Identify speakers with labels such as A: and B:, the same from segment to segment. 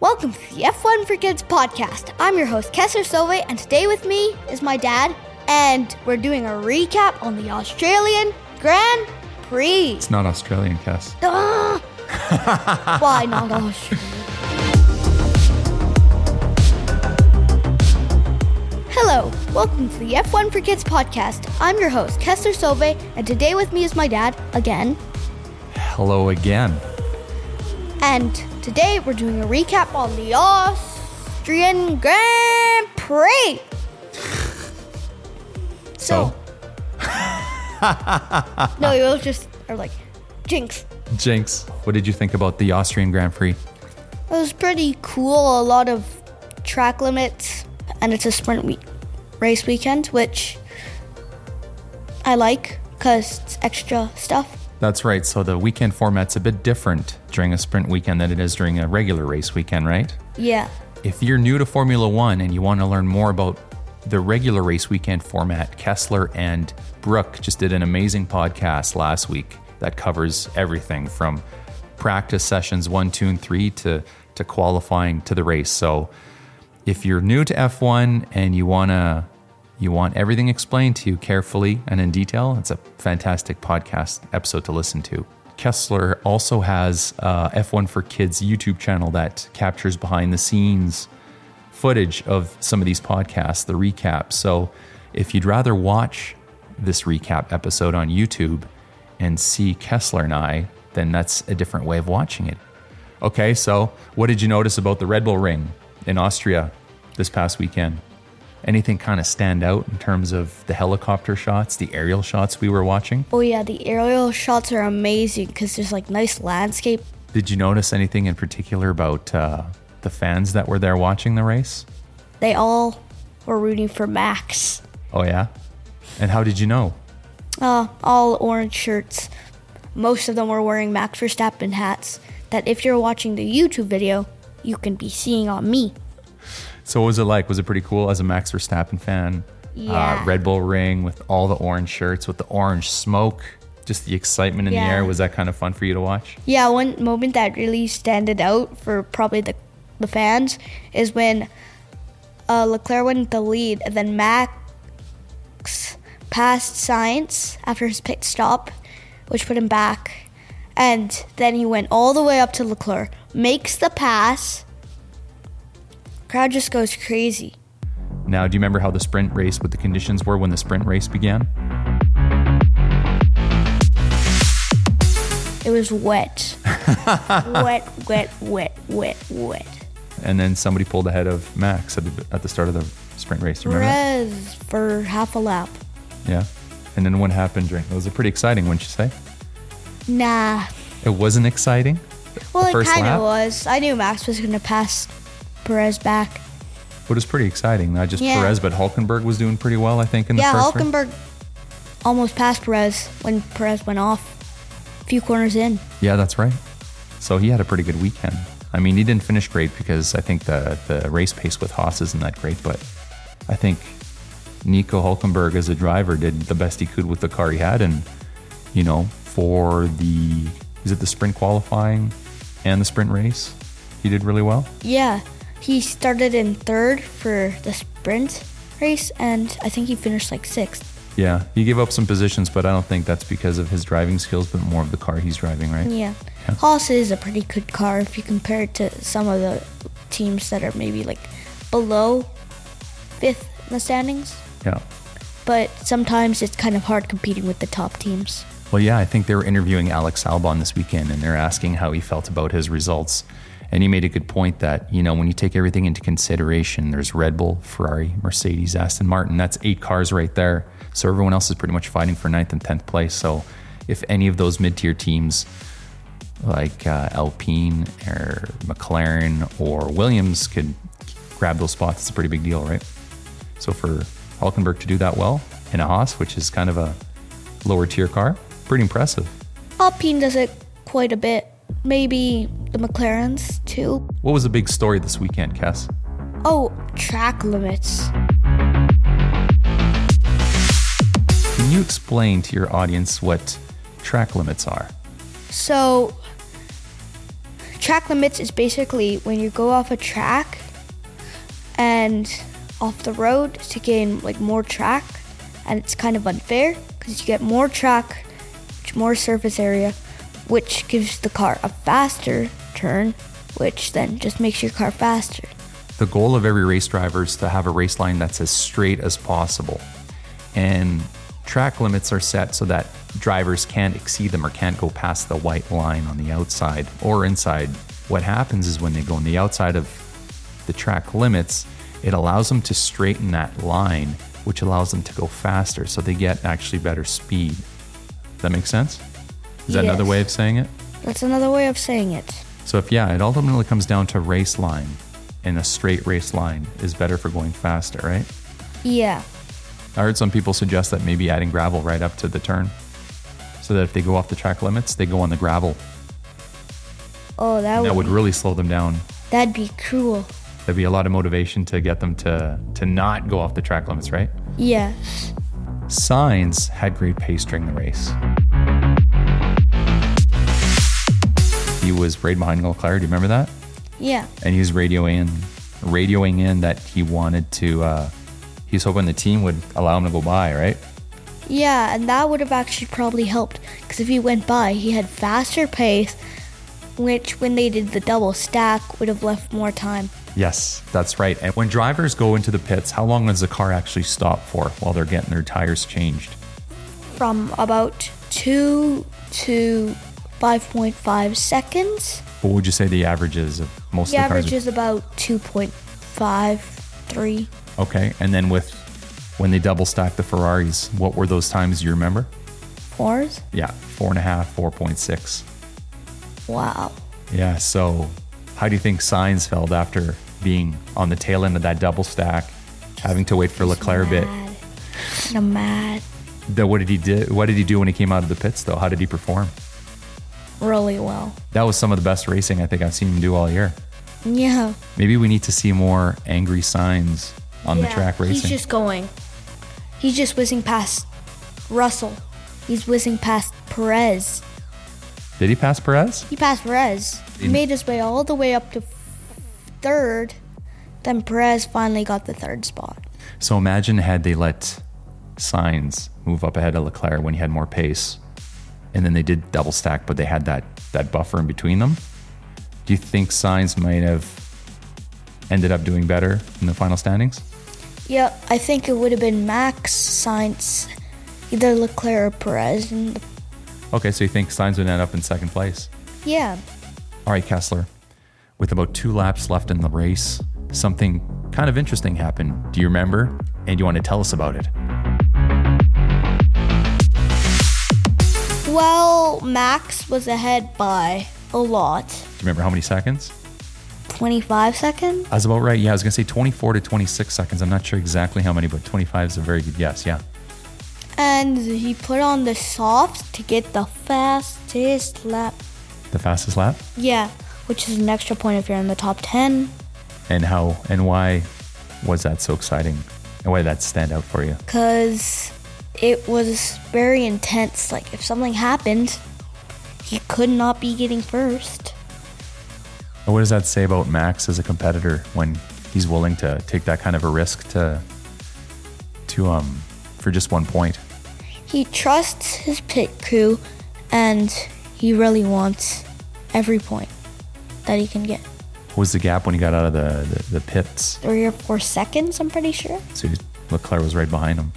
A: Welcome to the F1 for Kids podcast. I'm your host, Kessler Silva, and today with me is my dad, and we're doing a recap on the Australian Grand Prix.
B: It's not Australian, Cass.
A: Ugh. Why not Australia? Hello, welcome to the F1 for Kids podcast. I'm your host, Kessler Silva, and today with me is my dad, again,
B: Hello again.
A: And today we're doing a recap on the Austrian Grand Prix.
B: Oh,
A: So, no, you will just are like, jinx.
B: Jinx, what did you think about the Austrian Grand Prix?
A: It was pretty cool. A lot of track limits, and it's a sprint week, race weekend, which I like because it's extra stuff.
B: That's right. So the weekend format's a bit different during a sprint weekend than it is during a regular race weekend, right?
A: Yeah,
B: If you're new to Formula One and you want to learn more about the regular race weekend format, Kessler and Brooke just did an amazing podcast last week that covers everything from practice sessions one, two, and three to, to qualifying to the race. So if you're new to F1 and you wanna you want everything explained to you carefully and in detail, it's a fantastic podcast episode to listen to. Kessler also has uh, F1 for Kids YouTube channel that captures behind the scenes footage of some of these podcasts, the recap. So if you'd rather watch this recap episode on YouTube and see Kessler and I, then that's a different way of watching it. Okay, so what did you notice about the Red Bull Ring in Austria this past weekend? Anything kind of stand out in terms of the helicopter shots, the aerial shots we were watching?
A: Oh yeah, the aerial shots are amazing because there's like nice landscape.
B: Did you notice anything in particular about uh, the fans that were there watching the race?
A: They all were rooting for Max.
B: Oh, yeah? And how did you know?
A: Uh, all orange shirts. Most of them were wearing Max Verstappen hats. That if you're watching the YouTube video, you can be seeing on me.
B: So what was it like? Was it pretty cool as a Max Verstappen fan? Uh,
A: Yeah.
B: Red Bull ring with all the orange shirts, with the orange smoke, just the excitement in the
A: Yeah.
B: air. Was that kind of fun for you to watch?
A: Yeah, one moment that really standed out for probably the the fans is when uh, Leclerc went the lead, and then Max passed Science after his pit stop, which put him back, and then he went all the way up to Leclerc, makes the pass. Crowd just goes crazy.
B: Now, do you remember how the sprint race, what the conditions were when the sprint race began?
A: It was wet, wet, wet, wet, wet, wet.
B: And then somebody pulled ahead of Max at the, at the start of the sprint race. Do you remember that?
A: Perez for half a lap.
B: Yeah. And then what happened during? It was pretty exciting, wouldn't you say?
A: Nah.
B: It wasn't exciting.
A: Well, it
B: first
A: kind
B: lap?
A: of was. I knew Max was going to pass Perez back.
B: But it was pretty exciting. Not just
A: Yeah.
B: Perez, but Hulkenberg was doing pretty well, I think, in
A: yeah,
B: the first round.
A: Hulkenberg almost passed Perez when Perez went off a few corners in.
B: Yeah, that's right. So he had a pretty good weekend. I mean, he didn't finish great because I think the the race pace with Haas isn't that great, but I think Nico Hulkenberg as a driver did the best he could with the car he had, and you know, for the is it the sprint qualifying and the sprint race, he did really well.
A: Yeah, he started in third for the sprint race, and I think he finished like sixth.
B: Yeah, he gave up some positions, but I don't think that's because of his driving skills, but more of the car he's driving, right?
A: Yeah. Haas is a pretty good car if you compare it to some of the teams that are maybe like below fifth in the standings.
B: Yeah.
A: But sometimes it's kind of hard competing with the top teams.
B: Well, yeah, I think they were interviewing Alex Albon this weekend and they're asking how he felt about his results. And he made a good point that, you know, when you take everything into consideration, there's Red Bull, Ferrari, Mercedes, Aston Martin. That's eight cars right there. So everyone else is pretty much fighting for ninth and 10th place. So if any of those mid tier teams like uh, Alpine or McLaren or Williams could grab those spots, it's a pretty big deal, right? So for Hulkenberg to do that well in a Haas, which is kind of a lower tier car, pretty impressive.
A: Alpine does it quite a bit. Maybe the McLarens too.
B: What was the big story this weekend, Cass?
A: Oh, track limits.
B: Can you explain to your audience what track limits are?
A: So, track track limits is basically when you go off a track and off the road to gain like more track, and it's kind of unfair because you get more track, which more surface area, which gives the car a faster turn, which then just makes your car faster.
B: The goal of every race driver is to have a race line that's as straight as possible. And track limits are set so that drivers can't exceed them or can't go past the white line on the outside or inside. What happens is when they go on the outside of the track limits, it allows them to straighten that line, which allows them to go faster. So they get actually better speed. Does that make sense? Is that another
A: Yes.
B: way of saying it?
A: That's another way of saying it.
B: So if yeah, it ultimately comes down to race line, and a straight race line is better for going faster, right?
A: Yeah.
B: I heard some people suggest that maybe adding gravel right up to the turn, so that if they go off the track limits, they go on the gravel.
A: Oh, that
B: That
A: would,
B: would really slow them down.
A: that'd be cruel.
B: There'd be a lot of motivation to get them to to not go off the track limits, right?
A: Yes.
B: Signs had great pace during the race. He was right behind Leclerc. Do you remember that?
A: Yeah.
B: and he was radioing, radioing in that he wanted to. Uh, he was hoping the team would allow him to go by, right?
A: Yeah, and that would have actually probably helped because if he went by, he had faster pace, which when they did the double stack would have left more time.
B: Yes, that's right. And when drivers go into the pits, how long does the car actually stop for while they're getting their tires changed?
A: From about 2 to 5.5 seconds.
B: What would you say the average is of most
A: The
B: of the
A: average
B: cars?
A: is about 2.53.
B: Okay, and then with when they double stacked the Ferraris, what were those times? Do you remember?
A: Fours?
B: Yeah, four and a half, four point six.
A: Wow.
B: Yeah, so how do you think Signs felt after being on the tail end of that double stack, having to wait for Leclerc a bit?
A: Mad. I'm mad.
B: That what did he do? What did he do when he came out of the pits though? How did he perform?
A: Really well.
B: That was some of the best racing I think I've seen him do all year.
A: Yeah.
B: Maybe we need to see more angry signs on the
A: Yeah,
B: track
A: He's
B: racing.
A: just going. He's just whizzing past Russell. He's whizzing past Perez.
B: Did he pass Perez?
A: He passed Perez. He
B: In-
A: made his way all the way up to third. Then Perez finally got the third spot.
B: So imagine had they let signs move up ahead of Leclerc when he had more pace, and then they did double stack, but they had that that buffer in between them. Do you think signs might have ended up doing better in the final standings?
A: Yeah, I think it would have been Max, Sainz, either Leclerc or Perez. And
B: Okay, so you think signs would end up in second place?
A: yeah,
B: All right, Kessler, with about two laps left in the race, something kind of interesting happened. Do you remember? And you want to tell us about it?
A: well, Max was ahead by a lot.
B: Do you remember how many seconds?
A: 25 seconds?
B: I was about right. Yeah, I was going to say 24 to 26 seconds. I'm not sure exactly how many, but 25 is a very good guess. Yeah.
A: And he put on the softs to get the fastest lap.
B: The fastest lap?
A: Yeah, which is an extra point if you're in the top 10.
B: And how and why was that so exciting? And why did that stand out for you?
A: because it was very intense. Like, if something happened, he could not be getting first.
B: And what does that say about Max as a competitor when he's willing to take that kind of a risk to, to, um, for just one point?
A: He trusts his pit crew and he really wants every point that he can get.
B: What was the gap when he got out of the, the, the pits?
A: Three or four seconds, I'm pretty sure.
B: So he- Leclerc was right behind him.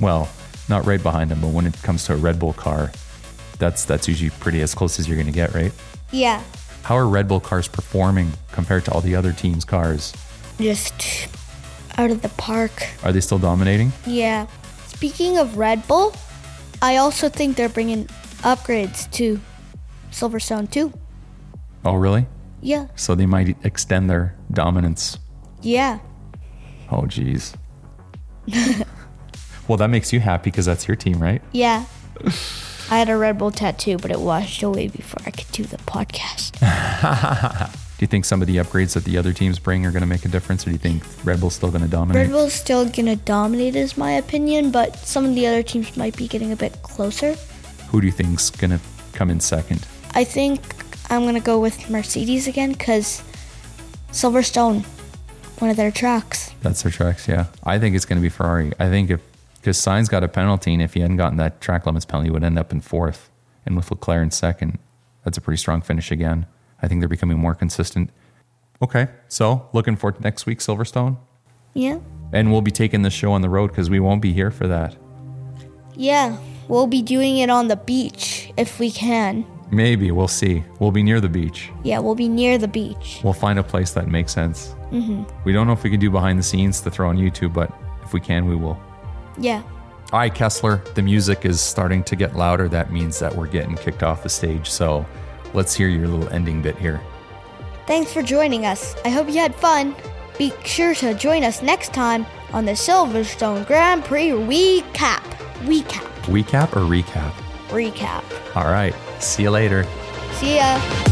B: Well, not right behind him, but when it comes to a Red Bull car, that's that's usually pretty as close as you're going to get, right?
A: Yeah,
B: How are Red Bull cars performing compared to all the other teams' cars?
A: just out of the park.
B: Are they still dominating?
A: Yeah. Speaking of Red Bull, I also think they're bringing upgrades to Silverstone too.
B: Oh, really?
A: Yeah.
B: So they might extend their dominance.
A: Yeah.
B: Oh, geez. well, that makes you happy because that's your team, right?
A: Yeah. I had a Red Bull tattoo, but it washed away before I could do the podcast.
B: Do you think some of the upgrades that the other teams bring are going to make a difference, or do you think Red Bull's still going to dominate?
A: Red Bull's still gonna dominate, is my opinion, but some of the other teams might be getting a bit closer.
B: Who do you think's going to come in second?
A: I think I'm going to go with Mercedes again because Silverstone, one of their tracks.
B: That's their tracks, yeah. I think it's going to be Ferrari. I think if because Sainz got a penalty, and if he hadn't gotten that track limits penalty, he would end up in fourth, and with Leclerc in second, that's a pretty strong finish again. I think they're becoming more consistent. Okay, so looking forward to next week, Silverstone,
A: Yeah.
B: and we'll be taking the show on the road because we won't be here for that.
A: Yeah. We'll be doing it on the beach if we can.
B: Maybe we'll see. We'll be near the beach.
A: Yeah, we'll be near the beach.
B: We'll find a place that makes sense. We don't know if we can do behind the scenes to throw on YouTube, but if we can, we will.
A: Yeah.
B: All right, Kessler, the music is starting to get louder. That means that we're getting kicked off the stage. So let's hear your little ending bit here.
A: Thanks for joining us. I hope you had fun. Be sure to join us next time on the Silverstone Grand Prix recap. Recap.
B: Recap or recap?
A: Recap.
B: All right, see you later.
A: See ya.